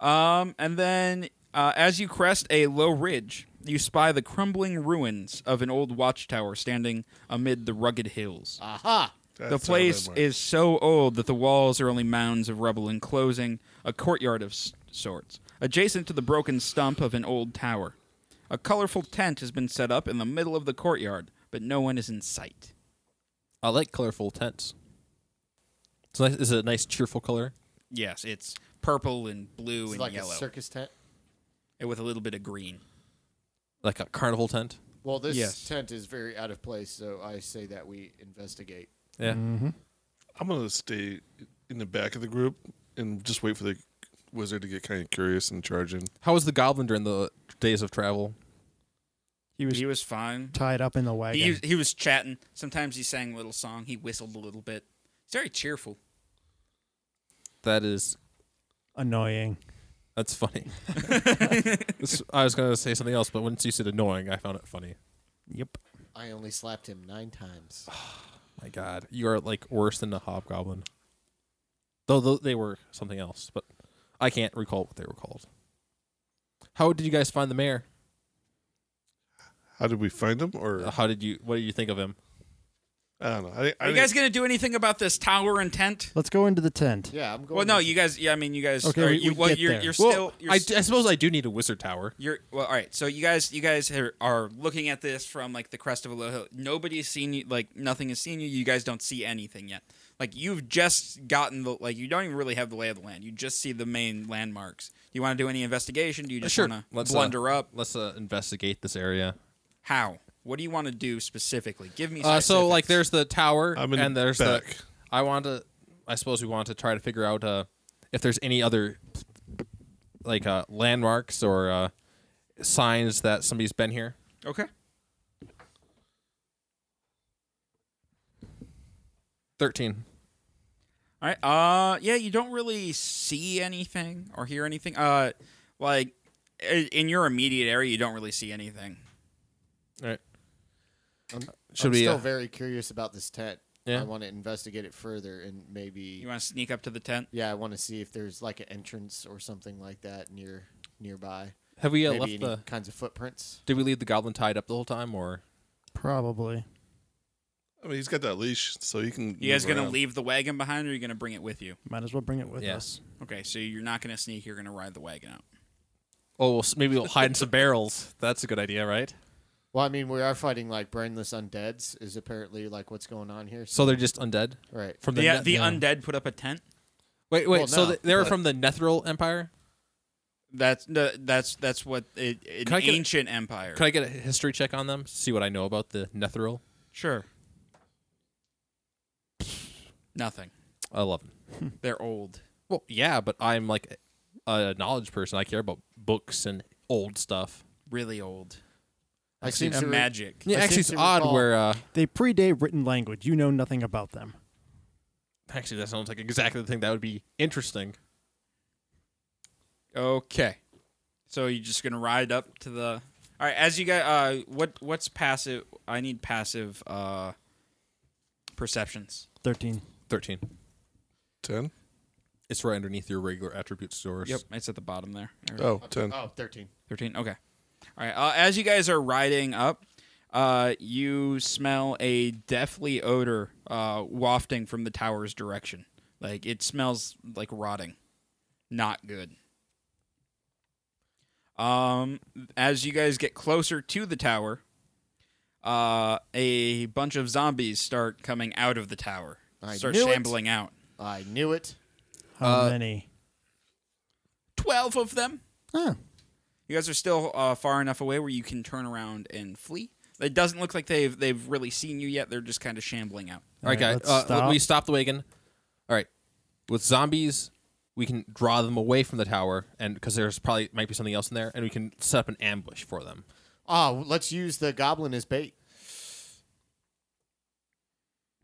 Um, and then uh, as you crest a low ridge, you spy the crumbling ruins of an old watchtower standing amid the rugged hills. Aha! That the sounded place like- is so old that the walls are only mounds of rubble enclosing a courtyard of s- sorts, adjacent to the broken stump of an old tower. A colorful tent has been set up in the middle of the courtyard, but no one is in sight. I like colorful tents. It's nice. Is it a nice, cheerful color? Yes, it's purple and blue This is and like yellow, a circus tent. and with a little bit of green. Like a carnival tent? Well, this Yes. tent is very out of place, so I say that we investigate. Yeah. I'm gonna stay in the back of the group and just wait for the wizard to get kind of curious and charge in. How was the goblin during the days of travel? He was He was fine. tied up in the wagon. He, was- he was chatting. Sometimes he sang a little song. He whistled a little bit. He's very cheerful. That is, Annoying. that's funny. This- I was gonna say something else, but once you said annoying, I found it funny. Yep. I only slapped him nine times. My God, you are like worse than the hobgoblin. Though, though they were something else, but I can't recall what they were called. How did you guys find the mayor? How did we find him? Or How did you? What did you think of him? I don't know. I, I Are you guys gonna do anything about this tower and tent? Let's go into the tent. Yeah, I'm going. Well, no, with- you guys. Yeah, I mean, you guys. Okay, are, we- you, we well, get you're, there. you're still. You're, I, s- d- I suppose I do need a wizard tower. you're well. All right. So you guys, you guys are, are looking at this from like the crest of a low hill. Nobody's seen you. Like nothing has seen you. You guys don't see anything yet. Like you've just gotten the like. You don't even really have the lay of the land. You just see the main landmarks. Do you want to do any investigation? Do you just sure. want to Let's, uh, blunder up? Let's uh, investigate this area. How? What do you want to do specifically? Give me. Uh, so like specifics. there's the tower I'm in and the there's back. the I want to I suppose we want to try to figure out uh, if there's any other like uh, landmarks or uh, signs that somebody's been here. Okay. 13. All right. Uh, yeah, you don't really see anything or hear anything. Uh, like i- in your immediate area, you don't really see anything. All right. I'm, Should I'm we, still uh, very curious about this tent. Yeah. I want to investigate it further and maybe. You want to sneak up to the tent? yeah, I want to see if there's like an entrance or something like that near nearby. Have we uh, maybe left any the kinds of footprints. Did we leave the goblin tied up the whole time or Probably. I mean, he's got that leash, so he can. You guys move gonna around. leave the wagon behind, or you gonna bring it with you? Might as well bring it with Yeah. us. Okay, so you're not gonna sneak. You're gonna ride the wagon out. Oh, well, s- maybe we'll hide in some barrels. That's a good idea, right? Well, I mean, we are fighting like brainless undeads is apparently like what's going on here. So they're just undead right. from the The, ne- the undead put up a tent. Wait, wait. Well, so no, th- they're but- from the Netheril Empire? That's no, that's that's what it, an Can I get a- ancient empire. Could I get a history check on them? See what I know about the Netheril? sure. Nothing. 11. They're old. Well, yeah, but I'm like a knowledge person. I care about books and old stuff. Really old. I Seem seem to re- magic. Yeah, I actually, it's seem to odd recall- where. Uh, They predate written language. You know nothing about them. actually, that sounds like exactly the thing that would be interesting. Okay. So you're just gonna ride up to the. All right, as you guys, uh, what what's passive? I need passive uh, perceptions. 13. 13. ten. It's right underneath your regular attribute stores. Yep, it's at the bottom there. Oh, 10. Oh, 13. Thirteen. Okay. All right. Uh, as you guys are riding up, uh, you smell a deathly odor uh, wafting from the tower's direction. Like it smells like rotting. Not good. Um, as you guys get closer to the tower, uh, a bunch of zombies start coming out of the tower. I start knew it. shambling out. I knew it. How Uh, many? Twelve of them. Huh. You guys are still uh, far enough away where you can turn around and flee. It doesn't look like they've they've really seen you yet. They're just kind of shambling out. All right, All guys. right, uh, let's let- We stop. stop the wagon. All right. With zombies, we can draw them away from the tower, and because there's probably might be something else in there, and we can set up an ambush for them. Oh, let's use the goblin as bait.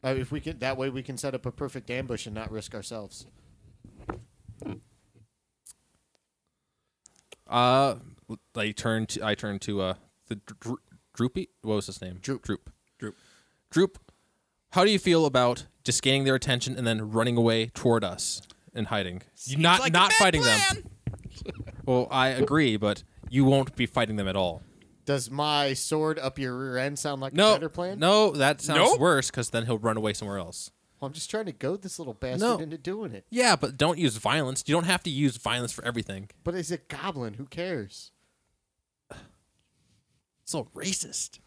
Uh, if we can, that way we can set up a perfect ambush and not risk ourselves. Uh, I turned. To, I turned to uh the dro- droopy. What was his name? Droop. Droop. Droop. Droop. How do you feel about just gaining their attention and then running away toward us and hiding? You not like a not bad fighting them. plan. Well, I agree, but you won't be fighting them at all. Does my sword up your rear end sound like No. a better plan? No, that sounds Nope. worse because then he'll run away somewhere else. Well, I'm just trying to goad this little bastard No. into doing it. Yeah, but don't use violence. You don't have to use violence for everything. But he's a goblin. Who cares? So racist.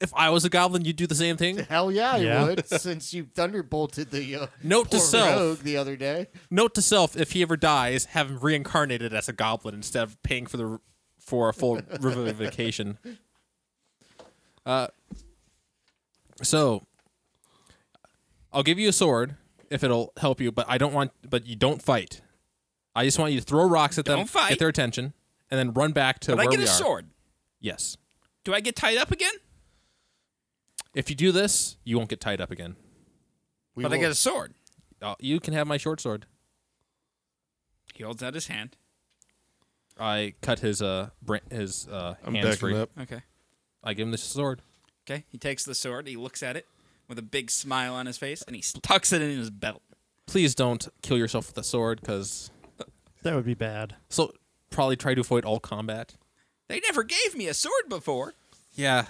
If I was a goblin, you'd do the same thing. Hell yeah, I Yeah. would. since you thunderbolted the uh, Note to poor self. rogue the other day. Note to self: If he ever dies, have him reincarnated as a goblin instead of paying for the for a full revivification. Uh, so I'll give you a sword if it'll help you, but I don't want. But you don't fight. I just want you to throw rocks at them, Don't fight. get their attention, and then run back to But where I get we a are. sword. Yes. Do I get tied up again? If you do this, you won't get tied up again. We but I will- get a sword. Uh, you can have my short sword. He holds out his hand. I cut his uh bra- his uh I'm hands backing free. up. Okay. I give him the sword. Okay. He takes the sword. He looks at it with a big smile on his face, and he tucks it in his belt. please don't kill yourself with a sword because That would be bad. so probably try to avoid all combat They never gave me a sword before. yeah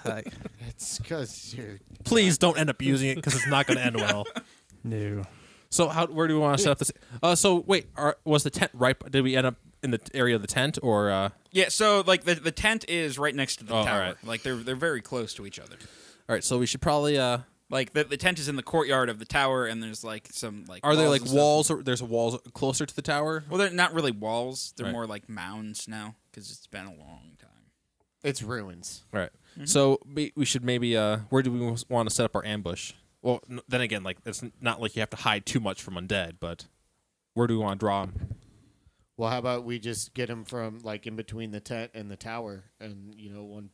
It's because you're. please don't end up using it because it's not going to end well No. so how where do we want to set up this uh so wait are, was the tent right did we end up in the area of the tent or uh all Yeah. So like the, the tent is right next to the Oh, all tower. right. Like they're they're very close to each other. right so we should probably uh Like the, the tent is in the courtyard of the tower, and there's like some like are there walls like and stuff. walls or there's walls closer to the tower Well, they're not really walls. They're Right. more like mounds now because it's been a long time. It's ruins. All right so we, we should maybe uh where do we want to set up our ambush well n- then again like it's n- not like you have to hide too much from undead but where do we want to draw 'em? Well, how about we just get him from like in between the tent and the tower, and you know one.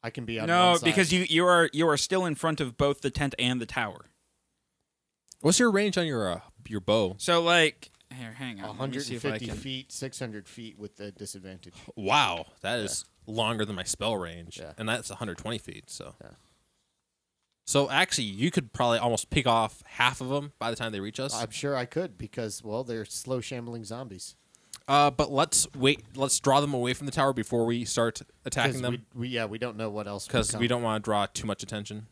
I can be on No, one side. because you you are you are still in front of both the tent and the tower. what's your range on your uh, your bow So like here, hang on. Let me see if I 150 can- Oh, feet, 600 feet with the disadvantage. Wow, that is longer than my spell range, Yeah. and that's 120 feet. So, Yeah. so actually, you could probably almost pick off half of them by the time they reach us. I'm sure I could because well, they're slow shambling zombies. Uh, but let's wait. Let's draw them away from the tower before we start attacking 'Cause them, We, we, yeah, we don't know what else. will because we come. don't want to draw too much attention.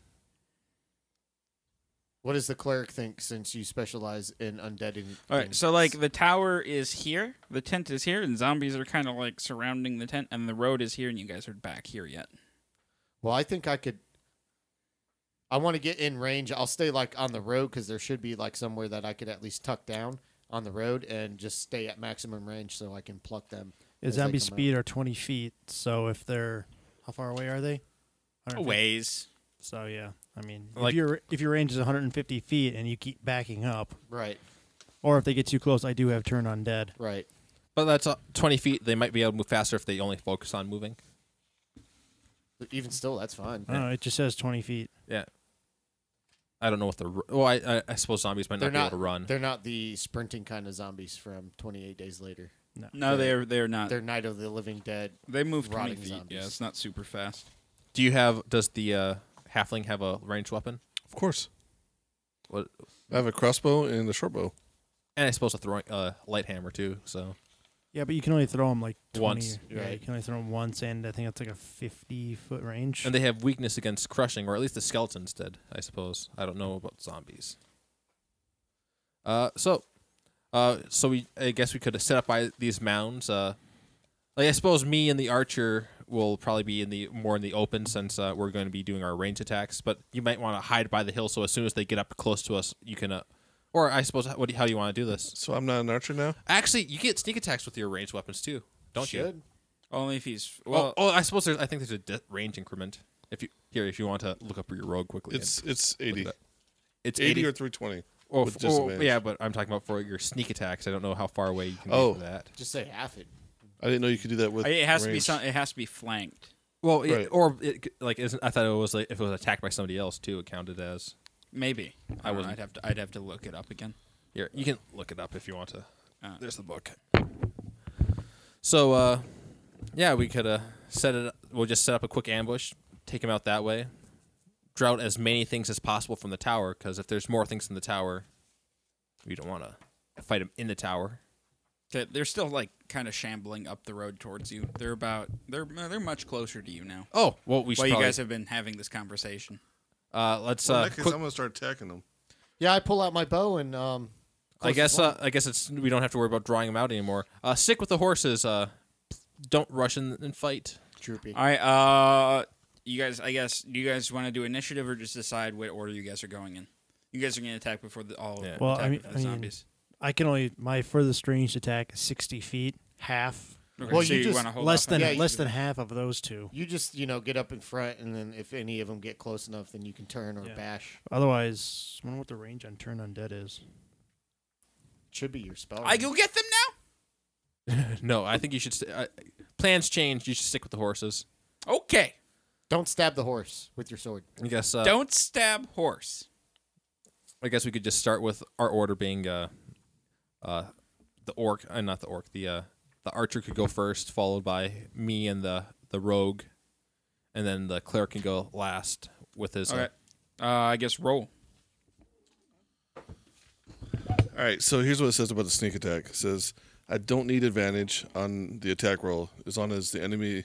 What does the cleric think since you specialize in undead? And All right, so like the tower is here, the tent is here, and zombies are kind of like surrounding the tent, and the road is here, and you guys are back here yet. well, I think I could. I want to get in range. I'll stay like on the road because there should be like somewhere that I could at least tuck down on the road and just stay at maximum range so I can pluck them. The as they zombie come out. speed are 20 feet, so if they're how far away are they? 150? ways. So yeah, I mean, Like- if your if your range is 150 feet and you keep backing up, Right, or if they get too close, I do have turn undead. right. But that's uh, 20 feet. They might be able to move faster if they only focus on moving. But even still, that's fine. Mm. Oh, it just says 20 feet. Yeah. I don't know what the. r- Well, I, I, I suppose zombies might They're not be not. able to run. They're not the sprinting kind of zombies from 28 Days Later. No, they're they're not. They're Night of the Living Dead. they move twenty rotting feet. zombies. Yeah, it's not super fast. Do you have? Does the uh, halfling have a ranged weapon? Of course. What- I have a crossbow and a short bow. And I suppose a throwing uh, light hammer too. So Yeah, but you can only throw them like 20. Once. Yeah, you Right. can only throw them once, and I think it's like a 50 foot range. And they have weakness against crushing, or at least the skeletons did, I suppose. I don't know about zombies. Uh, so, uh, so we I guess we could set up by these mounds. Uh, like I suppose me and the archer will probably be in the more in the open since uh, we're going to be doing our range attacks. But you might want to hide by the hill, so as soon as they get up close to us, you can. Uh, or I suppose what do you, how do you want to do this? So I'm not an archer now. Actually, you get sneak attacks with your ranged weapons too, don't you? should. Only if he's well. Well, oh, I suppose there's. I think there's a de- range increment. If you here, if you want to look up your rogue quickly, It's it's 80. that. it's 80, or 320. or, with f- or- disadvantage. yeah, but I'm talking about for your sneak attacks. I don't know how far away you can Oh. be for that. Just say half it. I didn't know you could do that with. it has to be range. some, It has to be flanked. Well, it- Right. or it, like isn't, I thought it was like if it was attacked by somebody else too, it counted as. Maybe I I would. wasn't- I'd have to. I'd have to look it up again. Here, you can look it up if you want to. Uh, There's the book. So, uh, Yeah, we could uh, set it. We'll just set up a quick ambush, take him out that way. Drought as many things as possible from the tower, because if there's more things in the tower, we don't want to fight him in the tower. Okay, They're still like kind of shambling up the road towards you. They're about they're they're much closer to you now. Oh, well, we should. While you probably- guys have been having this conversation, uh, let's. Well, in Uh, that case, quick, I'm gonna start attacking them. Yeah, I pull out my bow and um. I close guess. the Uh, I guess it's we don't have to worry about drawing him out anymore. Uh, stick with the horses. Uh, don't rush in and fight. droopy. all right. Uh, you guys, I guess, do you guys want to do initiative or just decide what order you guys are going in? You guys are going to attack before the all Yeah. Well, attack I mean- before I the mean, zombies. I can only my furthest range attack is sixty feet, half Okay, well, so you just- wanna hold less off on than Yeah, that? you less than half of those two. You just you know get up in front, and then if any of them get close enough, then you can turn or Yeah. bash. Otherwise, I wonder what the range on turn undead is. Should be your spell. I go get them no, I think you should. St- uh, plans change. You should stick with the horses. now. Okay, Don't stab the horse with your sword. I guess. Uh, don't stab horse. I guess we could just start with our order being uh, uh, the orc, uh, not the orc. The uh, the archer could go first, followed by me and the the rogue, and then the cleric can go last with his. All Uh, right. Uh, I guess roll. All right, so here's what it says about the sneak attack. It says, I don't need advantage on the attack roll as long as the enemy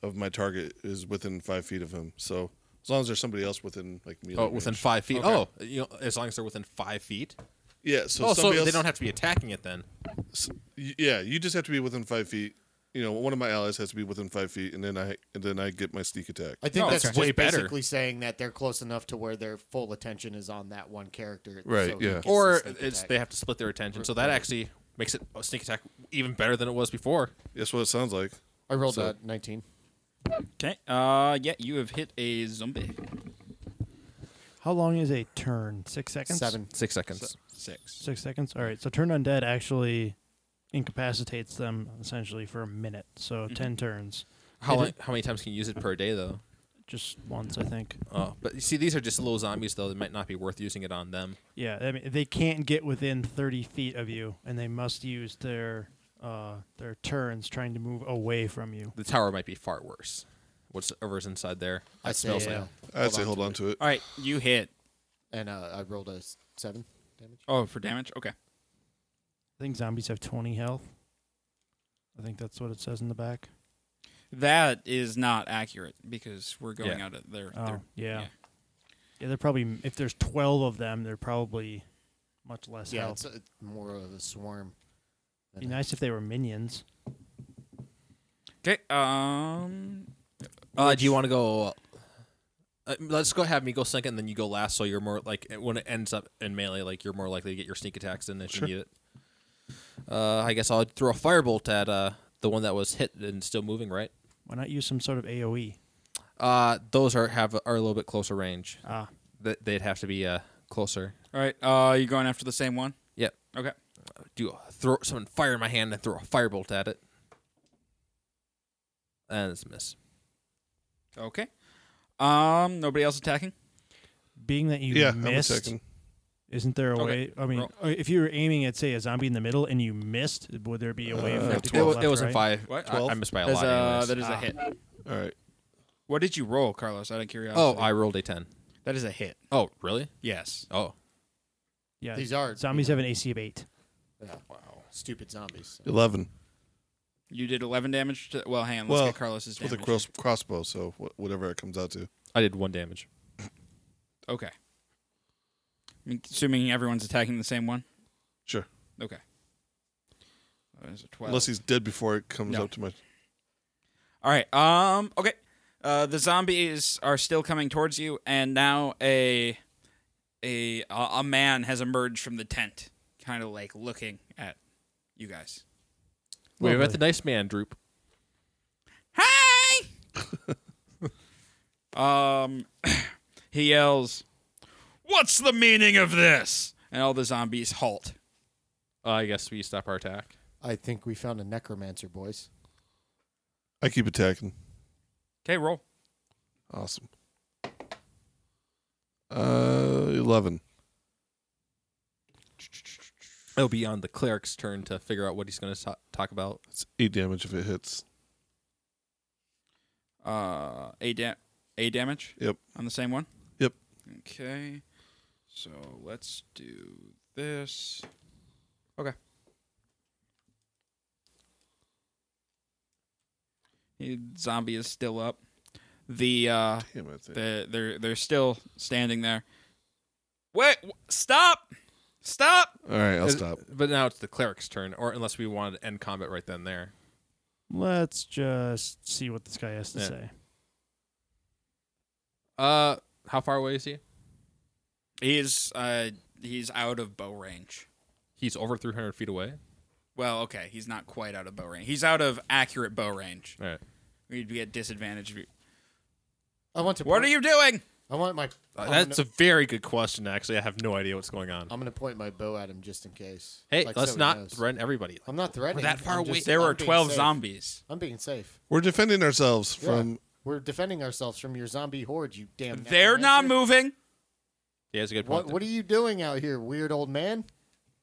of my target is within five feet of him. So as long as there's somebody else within like me. oh, within five feet. Oh, you know, as long as they're within five feet. Yeah, so Oh, so somebody else, they don't have to be attacking it then. s- y- yeah, you just have to be within five feet. You know, one of my allies has to be within five feet, and then I and then I get my sneak attack. I think No, that's okay. just Way better. basically saying that they're close enough to where their full attention is on that one character. Right, so he yeah. gets the Or sneak it's attack. they have to split their attention. So that actually makes it a sneak attack even better than it was before. That's what it sounds like. I rolled so- a nineteen. Okay. Uh, yeah, you have hit a zombie. How long is a turn? Six seconds. Seven. Six seconds. Six. Six seconds. All right. So turn undead actually incapacitates them essentially for a minute. So ten turns, how, It long, how many times can you use it per day though? just once I think. Oh, but you see, these are just little zombies though. It might not be worth using it on them. Yeah. I mean, they can't get within thirty feet of you, and they must use their uh, their turns trying to move away from you. the tower might be far worse. Whatever's inside there, I that say, smells yeah. like. I'd say hold on to it. All right, you hit. and uh, I rolled a s- seven damage. Oh, for damage. Okay. I think zombies have twenty health. I think that's what it says in the back. That is not accurate because we're going Yeah. out of there. Oh, there- yeah. yeah. yeah. they're probably if there's twelve of them, they're probably much less Yeah, health. it's uh more of a swarm. than Be a- nice if they were minions. Okay. Um. Uh, do you want to go? Uh, let's go have me go second, and then you go last. So you're more like when it ends up in melee, like you're more likely to get your sneak attacks in if Sure. you need it. Uh, I guess I'll throw a firebolt at uh, the one that was hit and still moving. Right? Why not use some sort of E? AOE? Uh, those are have are a little bit closer range. Ah, Th- They'd have to be uh, closer. All right. Uh, you going after the same one? Yep. Okay. Do a- throw someone fire in my hand and throw a firebolt at it. And it's a miss. Okay. Um. Nobody else attacking. being that you yeah, I'm missed, attacking. isn't there a Okay, way? I mean, roll. uh, if you were aiming at say a zombie in the middle and you missed, would there be a way for Uh, it to It, go wa- left, it was right? in five. uh, What? I, I missed by a That's lot. a, anyways. that is a Ah. hit. All right, What did you roll, Carlos? Out of curiosity. oh, I rolled a ten. that is a hit. Oh, really? Yes. Oh, Yeah, These are zombies have an AC of eight. Oh, wow. stupid zombies. eleven You did 11 damage. to... Well, hang on. Let's Well, get Carlos's damage. with a cross, crossbow. So wh- whatever it comes out to. I did one damage. Okay. I mean, assuming everyone's attacking the same one. Sure. Okay. That is a 12. Unless he's dead before it comes No. up to my. All right. Um. Okay. Uh, the zombies are still coming towards you, and now a a a a man has emerged from the tent, kind of like looking at you guys. We're Lovely. at the nice man, Droop. Hi. um. he yells, "What's the meaning of this?" And all the zombies halt. Uh, I guess we stop our attack. I think we found a necromancer, boys. I keep attacking. Okay, roll. Awesome. Uh, eleven. It'll be on the cleric's turn to figure out what he's going to talk about. It's eight damage if it hits. uh, eight, da- eight damage Yep. on the same one. Yep. Okay. So let's do this. Okay. The zombie is still up. The uh Damn, I think. they're they're they're still standing there. Wait, w- stop. Stop. All right, I'll Is- stop. But now it's the cleric's turn, or unless we wanted to end combat right then and there. Let's just see what this guy has to Yeah. say. Uh, how far away is he? He's uh he's out of bow range. He's over 300 feet away. Well, okay, he's not quite out of bow range. He's out of accurate bow range. All right. We'd be at disadvantage. if you- I want to. What point- are you doing? I want my. Uh, I'm that's a gonna, very good question. Actually, I have no idea what's going on. I'm gonna point my bow at him just in case. hey, Like, let's so he not knows. threaten everybody. I'm not threatening. We're that far I'm away. just- There I'm were being 12 safe. zombies. I'm being safe. We're defending ourselves Yeah. from. We're defending ourselves from your zombie horde. You damn. They're not necromancer. moving. He has a good point. What What are you doing out here, weird old man?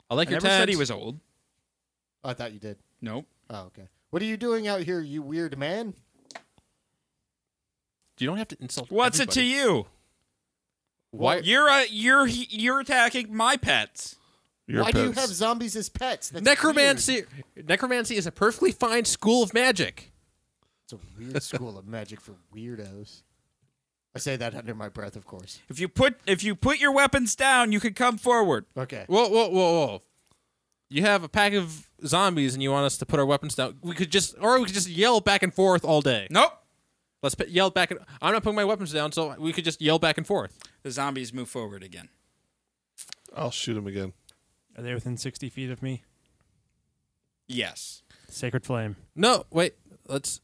I like I your never said tent. he was old. Oh, I thought you did. Nope. Oh, okay. What are you doing out here, you weird man? You don't have to insult. What's it to everybody. you? Why? You're uh, you're he- you're attacking my pets. Your Why do you pets. have zombies as pets? That's necromancy. Necromancy is a perfectly fine school of magic. Weird. It's a weird school of magic for weirdos. I say that under my breath, of course. If you put if you put your weapons down, you can come forward. Okay. Whoa, whoa, whoa, whoa! You have a pack of zombies, and you want us to put our weapons down. We could just, or we could just yell back and forth all day. Nope. Let's p- yell back. And, I'm not putting my weapons down, so we could just yell back and forth. The zombies move forward again. I'll shoot him again. Are they within 60 feet of me? Yes. Sacred flame. No, wait. Let's.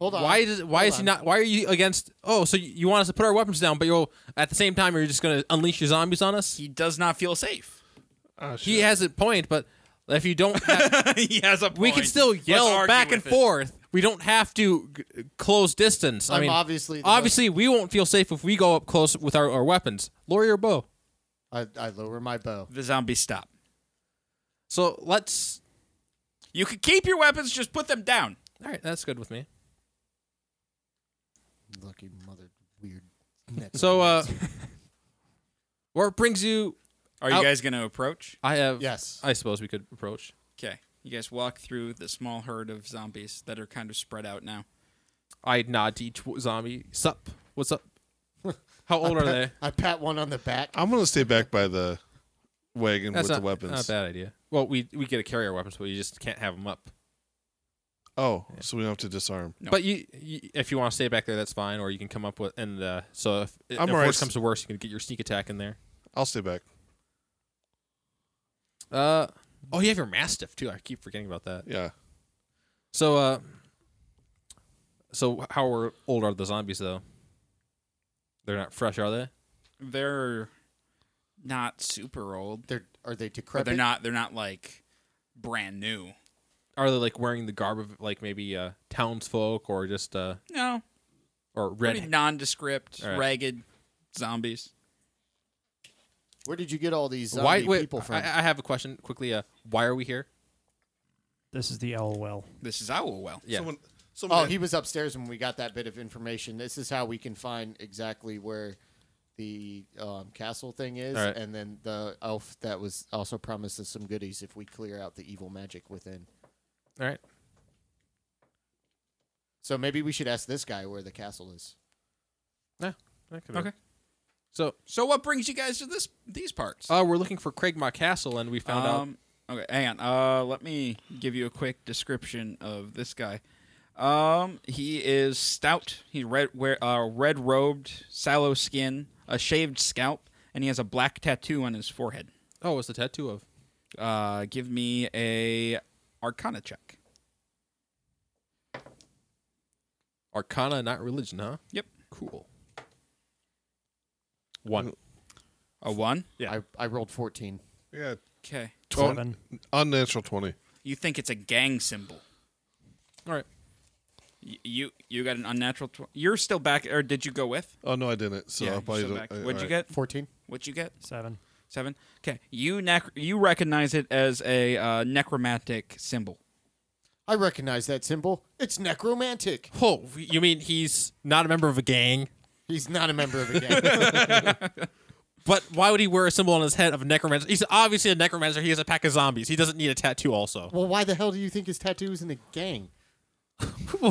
Hold on. Why does? Why Hold is he on. not? Why are you against? Oh, so you you want us to put our weapons down, but you'll at the same time you're just gonna unleash your zombies on us. He does not feel safe. Oh, He has a point, but if you don't, have, he has a. we can point. still Let's yell argue back and with it. forth. We don't have to g- close distance. I I'm mean, obviously the obviously, we won't feel safe if we go up close with our, our weapons, Lori or bow. I, I lower my bow. The zombies stop. So let's. You can keep your weapons, just put them down. All right, that's good with me. Lucky mother weird. So, uh, where it brings you? Are you Out- guys going to approach? I have. Yes. I suppose we could approach. Okay. You guys walk through the small herd of zombies that are kind of spread out now. I nod to each w- zombie. Sup? What's up? How old are they? I pat one on the back. I'm gonna stay back by the wagon That's with not, the weapons. not a bad idea. Well, we we get to carry our weapons, but you just can't have them up. Oh, so we don't have to disarm. No. But you, you, if you want to stay back there, that's fine. Or you can come up with and uh, so if, if I'm alright. worse comes to worse, you can get your sneak attack in there. I'll stay back. Uh oh, you have your mastiff too. I keep forgetting about that. Yeah. So uh, so how are- old are the zombies though? They're not fresh, are they? They're not super old, They're are they but decrepit? they're not they're not like brand new. Are they like wearing the garb of like maybe uh, townsfolk or just uh, No. or Pretty red? nondescript, All right. ragged zombies. Where did you get all these zombie Why? Wait, people I, from? I have a question quickly. Uh, why are we here? This is the L well. This is Owl Well. Yeah. Someone, oh, someone he was upstairs when we got that bit of information. This is how we can find exactly where the um, castle thing is, All right. and then the elf that was also promised us some goodies if we clear out the evil magic within. All right. So maybe we should ask this guy where the castle is. That could be- Okay. So So what brings you guys to this these parts? Uh, we're looking for Craigmar Castle, and we found out. um, Okay, hang on. Uh, let me give you a quick description of this guy. Um, he is stout. He's red, wear, uh, red robed, sallow skin, a shaved scalp, and he has a black tattoo on his forehead. Oh, what's the tattoo of? Uh, give me a Arcana check. Arcana, not religion, huh? Yep. Cool. One. A one. Yeah. I, I rolled fourteen. yeah, Okay. Oh. twen- Seven. unnatural twenty. You think it's a gang symbol? All right. Y- you you got an unnatural. Tw- you're still back, or did you go with? Oh no, I didn't. So yeah, I'll you're probably still don't. back. I- What'd you alright. get? Fourteen. What'd you get? Seven. Seven. Okay, you nec- you recognize it as a uh, necromantic symbol. I recognize that symbol. It's necromantic. Oh, you mean he's not a member of a gang? He's not a member of a gang. But why would he wear a symbol on his head of a necromancer? He's obviously a necromancer. He has a pack of zombies. He doesn't need a tattoo, also. well, why the hell do you think his tattoo is in a gang?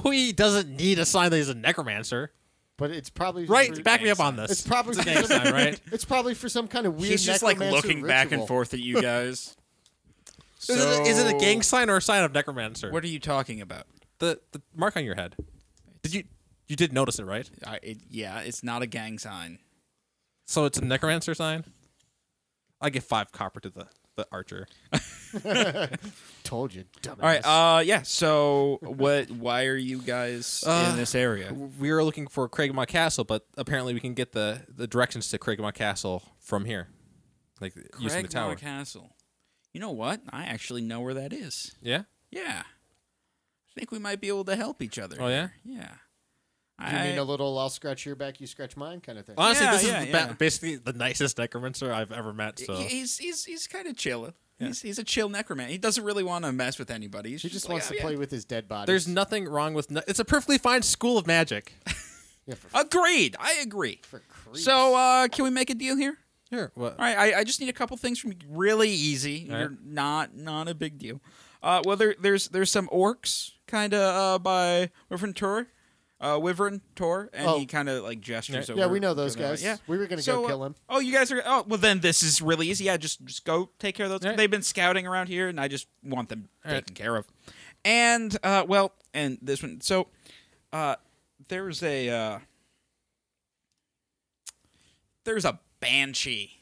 he doesn't need a sign that he's a necromancer. But it's probably Right? for- Back me up on It's this. probably for gang some- sign, right? It's probably for some kind of weird. He's just like necromancer looking back and ritual. forth at you guys. Is, it, is it So- a gang sign or a sign of necromancer? What are you talking about? the, the mark on your head. Did you you did notice it, right? I, it, yeah, it's not a gang sign. So it's a necromancer sign. I give five copper to the the archer. Told you, dumbass. All right. Uh, yeah. So what? Why are you guys in this area? We were looking for Craigmont Castle, but apparently we can get the the directions to Craigmont Castle from here, like using the Cragmire tower. Castle. You know what? I actually know where that is. yeah. Yeah. I think we might be able to help each other. Oh, yeah? here. Yeah. you I, mean a little "I'll scratch your back, you scratch mine" kind of thing? Honestly, Yeah, this yeah, is the yeah. ba- basically the nicest necromancer I've ever met. So he- he's he's he's kind of chill. He's he's a chill necromancer. He doesn't really want to mess with anybody. He's He just wants to like, "Oh, play yeah." with his dead body. there's nothing wrong with. Ne- it's a perfectly fine school of magic. yeah, for, Agreed. I agree. for creeps. Uh, So uh, can we make a deal here? Sure. What? All right, I, I just need a couple things from you. Really easy. All right. You're not not a big deal. Uh, well, there, there's there's some orcs kind of uh, by Wyvern Tor, uh, Wyvern Tor, and Oh. he kind of like gestures. Yeah, over- we know those to the right. guys. Yeah, We were gonna go So, uh, kill him. Oh, you guys are. Oh, well, then this is really easy. Yeah, just just go take care of those. All right. They've been scouting around here, and I just want them All right. taken care of. And uh, well, and this one. So uh, there's a uh, there's a banshee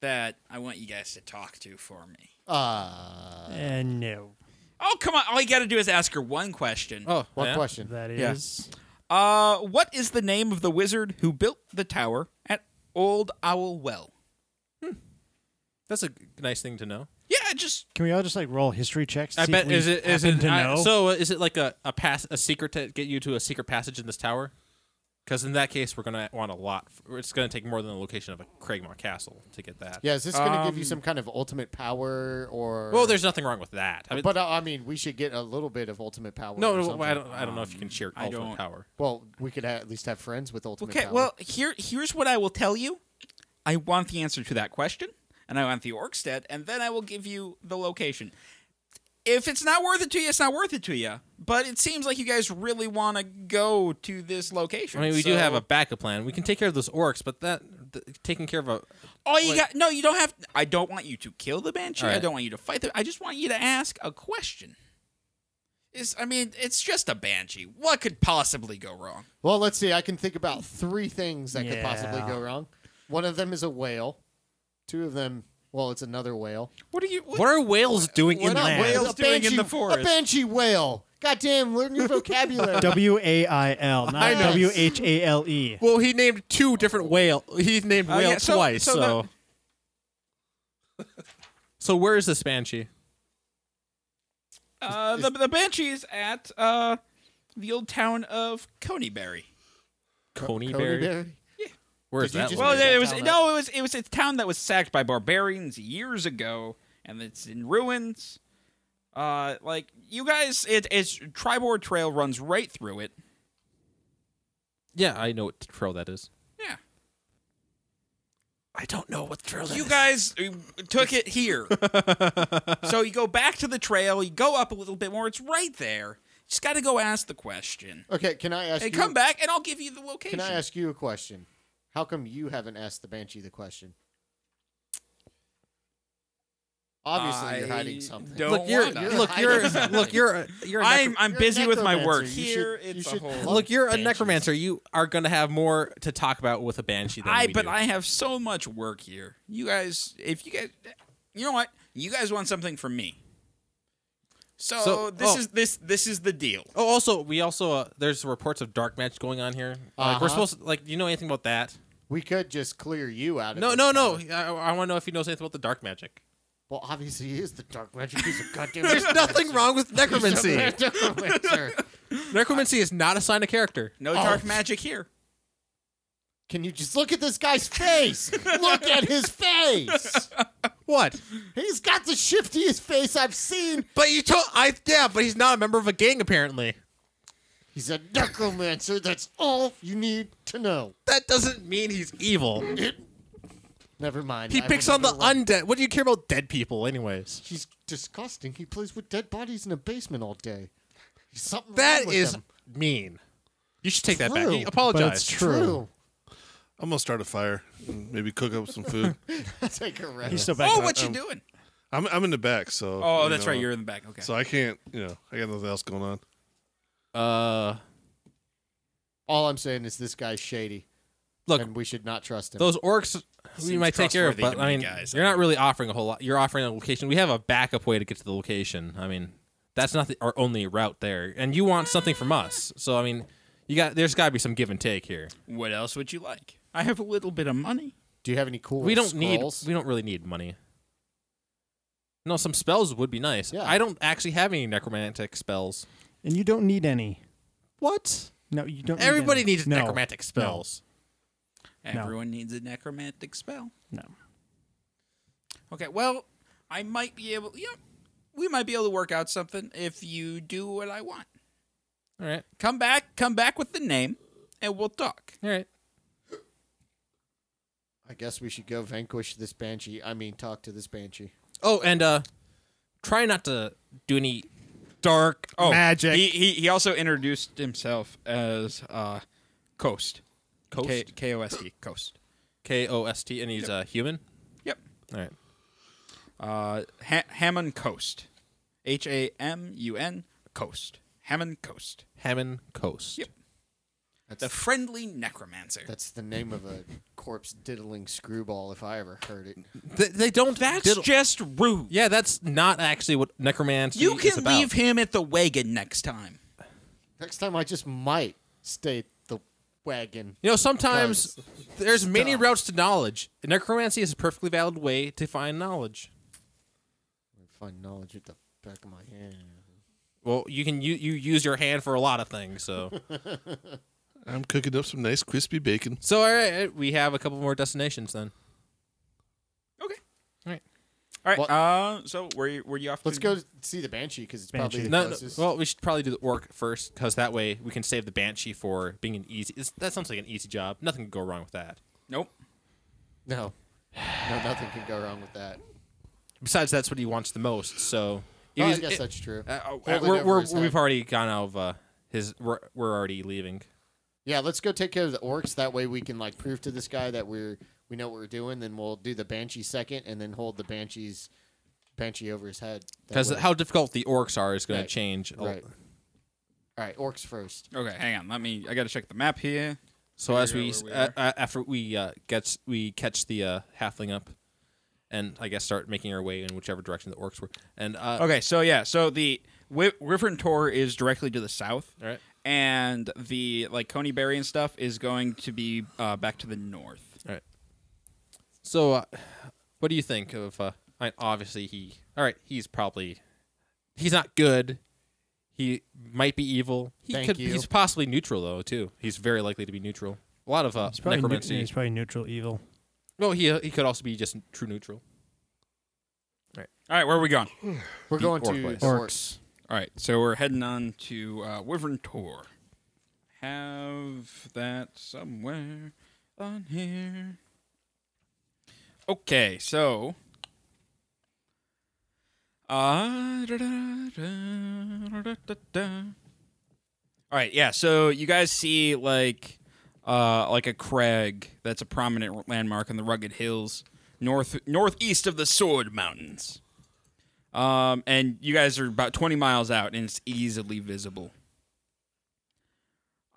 that I want you guys to talk to for me. uh, And no, Oh come on! All you got to do is ask her one question. Oh, one yeah? question. that Yeah. is Uh, what is the name of the wizard who built the tower at Old Owl Well? That's a nice thing to know. Yeah, just Can we all just like roll history checks? to I see bet if we is it is happen it to I- know? so? uh, Is it like a a pass a secret to get you to a secret passage in this tower? Because in that case, we're gonna want a lot. f- It's gonna take more than the location of a Craigmore Castle to get that. Yeah, is this going to give you Um, some kind of ultimate power or? Well, there's nothing wrong with that. I mean, But uh, I mean, we should get a little bit of ultimate power. no, or no, something. I don't. I don't know if you can share I ultimate don't- power. Well, we could ha- at least have friends with ultimate Okay, power. well, here here's what I will tell you. I want the answer to that question, and I want the Orkstead, and then I will give you the location. If it's not worth it to you, it's not worth it to you. But it seems like you guys really want to go to this location. I mean, we do so- have a backup plan. We can take care of those orcs, but that th- taking care of a All you got? No, you don't have. I don't want you to kill the banshee. All I right. don't want you to fight them. I just want you to ask a question. Is I mean, it's just a banshee. What could possibly go wrong? Well, let's see. I can think about three things that could possibly Yeah. go wrong. One of them is a whale. Two of them, well, it's another whale. What are you? what are whales doing What in are land? whales Whales doing in banshee- the forest? A banshee whale. Goddamn, learn your vocabulary. W A I L, I not know. W H A L E. Well, he named two different whale. He named Uh, whale yeah, so- twice. So, so so. the- where is this banshee? Uh, the, the banshee is at uh, the old town of Coneyberry. Coneyberry. Coneyberry. Where's Did you that? just one? Well, made that it was town no, it was it was a town that was sacked by barbarians years ago, and it's in ruins. Uh, like you guys, it, it's Tribord Trail runs right through it. Yeah, I know what trail that is. Yeah, I don't know what trail that you guys uh, took it here, so you go back to the trail. You go up a little bit more. It's right there. Just got to go ask the question Okay, can I ask and you? come back, and I'll give you the location. Can I ask you a question? How come you haven't asked the banshee the question? Obviously, you're I hiding something. don't- look, you're, wanna. look, you're, You're- look, you're, you're. A I'm necro- I'm You're a busy with my work. necromancer. You should- Here, you it's should a whole. plug look, you're a banshees. necromancer. You are gonna have more to talk about with a banshee than I we but do. I have so much work here. You guys, if you guys, you know what? You guys want something from me. So, So- this oh. is this this is the deal. Oh, also, we also uh, there's reports of dark match going on here. Like, Uh-huh. we're supposed to, like, do you know anything about that? We could just clear you out. Of No, this no, no. town. I, I want to know if he knows anything about the dark magic. Well, obviously, he is the dark magic. He's a goddamn. There's nothing wrong with necromancy. necromancer. necromancy is not a sign of character. No dark magic here. Oh. Can you just look at this guy's face? Look at his face. What? He's got the shiftiest face I've seen. But you told I yeah, but he's not a member of a gang apparently. He's a necromancer. That's all you need to know. That doesn't mean he's evil. Never mind. He I picks on the remember when- undead. What do you care about dead people anyways? He's disgusting. He plays with dead bodies in a basement all day. There's Something That wrong with is him. mean. You should take that back. True, You but apologize. it's true. I'm gonna start a fire, and maybe cook up some food. Take a He's rest. still back. Oh, up. what you doing? I'm I'm in the back, so. Oh, you that's know, right. You're in the back. Okay. So I can't, you know, I got nothing else going on. Uh, All I'm saying is this guy's shady. Look, and we should not trust him. those orcs we Seems might take care of, trustworthy but to me, I mean, guys. you're not really offering a whole lot. You're offering a location. We have a backup way to get to the location. I mean, that's not the, our only route there, and you want something from us. So I mean, you got there's got to be some give and take here. what else would you like? I have a little bit of money. Do you have any cool? we don't scrolls? need we don't really need money. No, some spells would be nice. Yeah. I don't actually have any necromantic spells. And you don't need any. What? No, you don't. Everybody need any. needs No. necromantic spells. No. Everyone needs a necromantic spell. No. Okay. Well, I might be able. Yeah, we might be able to work out something if you do what I want. All right, Come back. Come back with the name, and we'll talk. all right. I guess we should go vanquish this banshee. I mean, talk to this banshee. Oh, and uh, try not to do any dark. Oh, Magic. He he, he also introduced himself as uh, Coast. K Coast? K O S T. Coast. K O S T, and he's uh, human. Yep. All right. Uh, ha- Hammond Coast. H A M U N Coast. Hammond Coast. Hammond Coast. Yep. That's The friendly necromancer. that's the name of a corpse diddling screwball if I ever heard it. They, they don't. That's diddle- just rude. Yeah, that's not actually what necromancy You is can about. leave him at the wagon next time. Next time, I just might stay at the wagon. You know, sometimes there's many Stop. routes to knowledge. And necromancy is a perfectly valid way to find knowledge. Find knowledge at the back of my hand. Well, you can you, you use your hand for a lot of things. So, I'm cooking up some nice crispy bacon. so all right, we have a couple more destinations then. Okay. All right. All right. Well- uh, so where you, where you off? Let's to? go see the banshee because it's probably the Banshee. No, no, closest. well, we should probably do the orc first because that way we can save the banshee for being an easy. It's, that sounds like an easy job. Nothing can go wrong with that. Nope. no, no, nothing can go wrong with that. Besides, that's what he wants the most. So, Oh, I he's- guess it- that's true. uh, uh, Hold it we're, over we're, his we've head. already gone out of uh, his. We're, we're already leaving. Yeah, let's go take care of the orcs. That way we can like prove to this guy that we're we know what we're doing. Then we'll do the banshee second, and then hold the banshee's banshee over his head. That Because way- how difficult the orcs are is going Right. to change. Oh, a- right? All right, orcs first. Okay, hang on. Let me. I gotta check the map here. So as Figure out where we, we uh, uh, after we uh, gets we catch the uh, halfling up, and I guess start making our way in whichever direction the orcs were. And uh, Okay, so yeah, so the Wi- Wyvern Tor is directly to the south, all right, and the like Coneyberry and stuff is going to be uh, back to the north. all right. So, uh, what do you think of? Uh, I obviously he. All right, he's probably he's not good. He might be evil. He Thank could. you. He's possibly neutral though too. He's very likely to be neutral. A lot of uh, He's probably, neu- necromancy. he's probably neutral evil. no, he he could also be just true neutral. All right, where are we going? We're The going orc to place. the orcs. All right, so we're heading on to uh, Wyvern Tor. Have that somewhere on here. Okay, so. Uh, All right, yeah. So you guys see like, uh, like a crag that's a prominent landmark in the rugged hills north northeast of the Sword Mountains. Um, and you guys are about 20 miles out, and it's easily visible.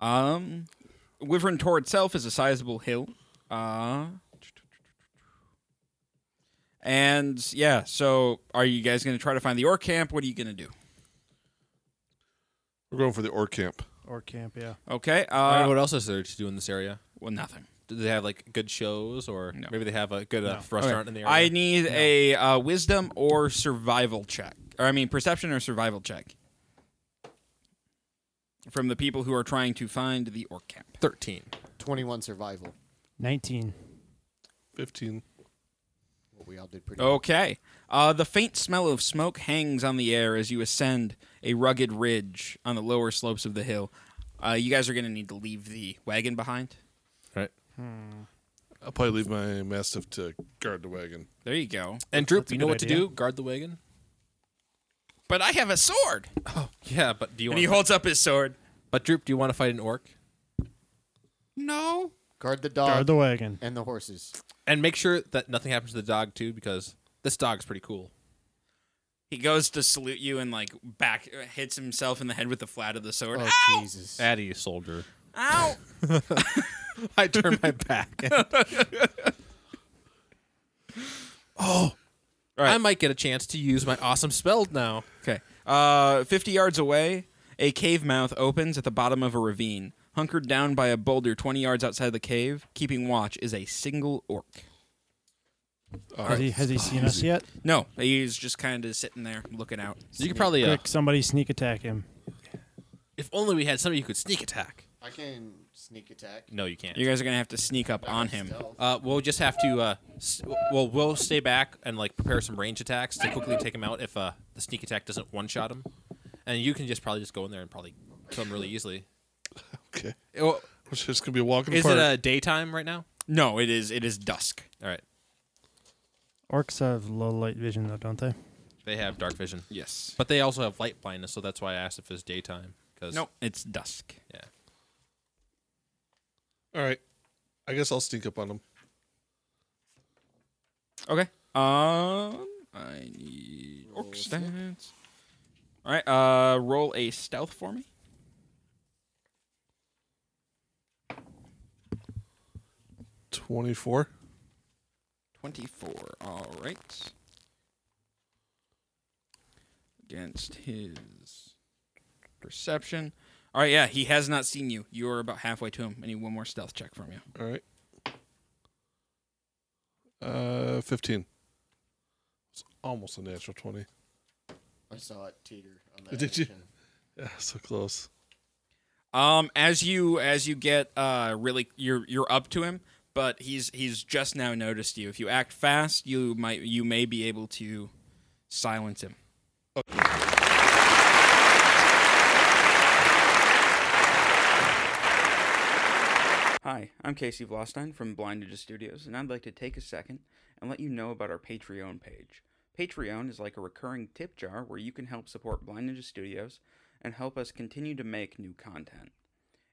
Um, Wyvern Tor itself is a sizable hill. Uh, and yeah, so are you guys going to try to find the orc camp? What are you going to do? We're going for the orc camp. Or camp, yeah. Okay. All right, Uh, what else is there to do in this area? well, nothing. Do they have like good shows, or No. maybe they have a good uh, restaurant in the area? I need a uh, wisdom or survival check, or I mean perception or survival check from the people who are trying to find the orc camp. thirteen. Twenty-one survival. Nineteen. Fifteen. What we all did Oh. pretty. Okay. Uh, the faint smell of smoke hangs on the air as you ascend a rugged ridge on the lower slopes of the hill. Uh, you guys are going to need to leave the wagon behind. Right. I'll probably leave my mastiff to guard the wagon. There you go. And Droop, a you know good what to idea. do? Guard the wagon. But I have a sword. Yeah, but do you And want? he holds up his sword. but Droop, do you want to fight an orc? No. Guard the Uh, dog Guard the wagon. and the horses. And make sure that nothing happens to the dog too, because this dog's pretty cool. He goes to salute you and like back hits himself in the head with the flat of the sword. Oh Ow! Jesus! Addy soldier. Ow! I turn my back. oh, I might get a chance to use my awesome spell now. Okay. Uh, 50 yards away, a cave mouth opens at the bottom of a ravine. Hunkered down by a boulder 20 yards outside the cave, keeping watch is a single orc. Has he, has he seen us yet? No, he's just kind of sitting there looking out. So you could probably, uh, Quick, somebody sneak attack him. if only we had somebody who could sneak attack. I can sneak attack. No, you can't. You guys are going to have to sneak up on him. Stealth. Uh, we'll just have to. Uh, s- well, we'll stay back and like prepare some range attacks to quickly take him out if uh, the sneak attack doesn't one shot him, and you can just probably just go in there and probably kill him really easily. Okay. Oh, It's just gonna be a walk in the is park. it uh, daytime right now? No, it is it is dusk. All right, Orcs have low light vision, though, don't they? they have dark vision, Yes. but they also have light blindness, so that's why I asked if it's daytime. Cause, No, it's dusk. Yeah. All right. I guess I'll sneak up on him. Okay. Um I need orc stats. All right, uh roll a stealth for me. Twenty-four. 24. All right. Against his perception. All right, yeah, he has not seen you. You are about halfway to him. I need one more stealth check from you. All right. Uh, fifteen. It's almost a natural twenty. I saw it teeter on the Did you- action. Yeah, so close. Um, as you as you get uh really you're you're up to him, but he's he's just now noticed you. If you act fast, you might you may be able to silence him. Hi, I'm Casey Vlostein from Blind Ninja Studios, and I'd like to take a second and let you know about our Patreon page. Patreon is like a recurring tip jar where you can help support Blind Ninja Studios and help us continue to make new content.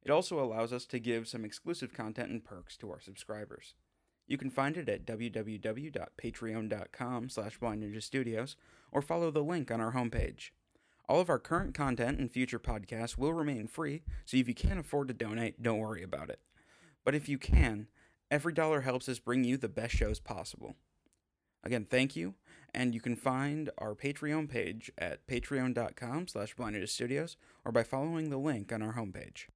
It also allows us to give some exclusive content and perks to our subscribers. You can find it at www.patreon.com slash Blind Ninja Studios or follow the link on our homepage. All of our current content and future podcasts will remain free, so if you can't afford to donate, don't worry about it. But if you can, every dollar helps us bring you the best shows possible. Again, thank you, and you can find our Patreon page at patreon.com slash Blind Ninja Studios or by following the link on our homepage.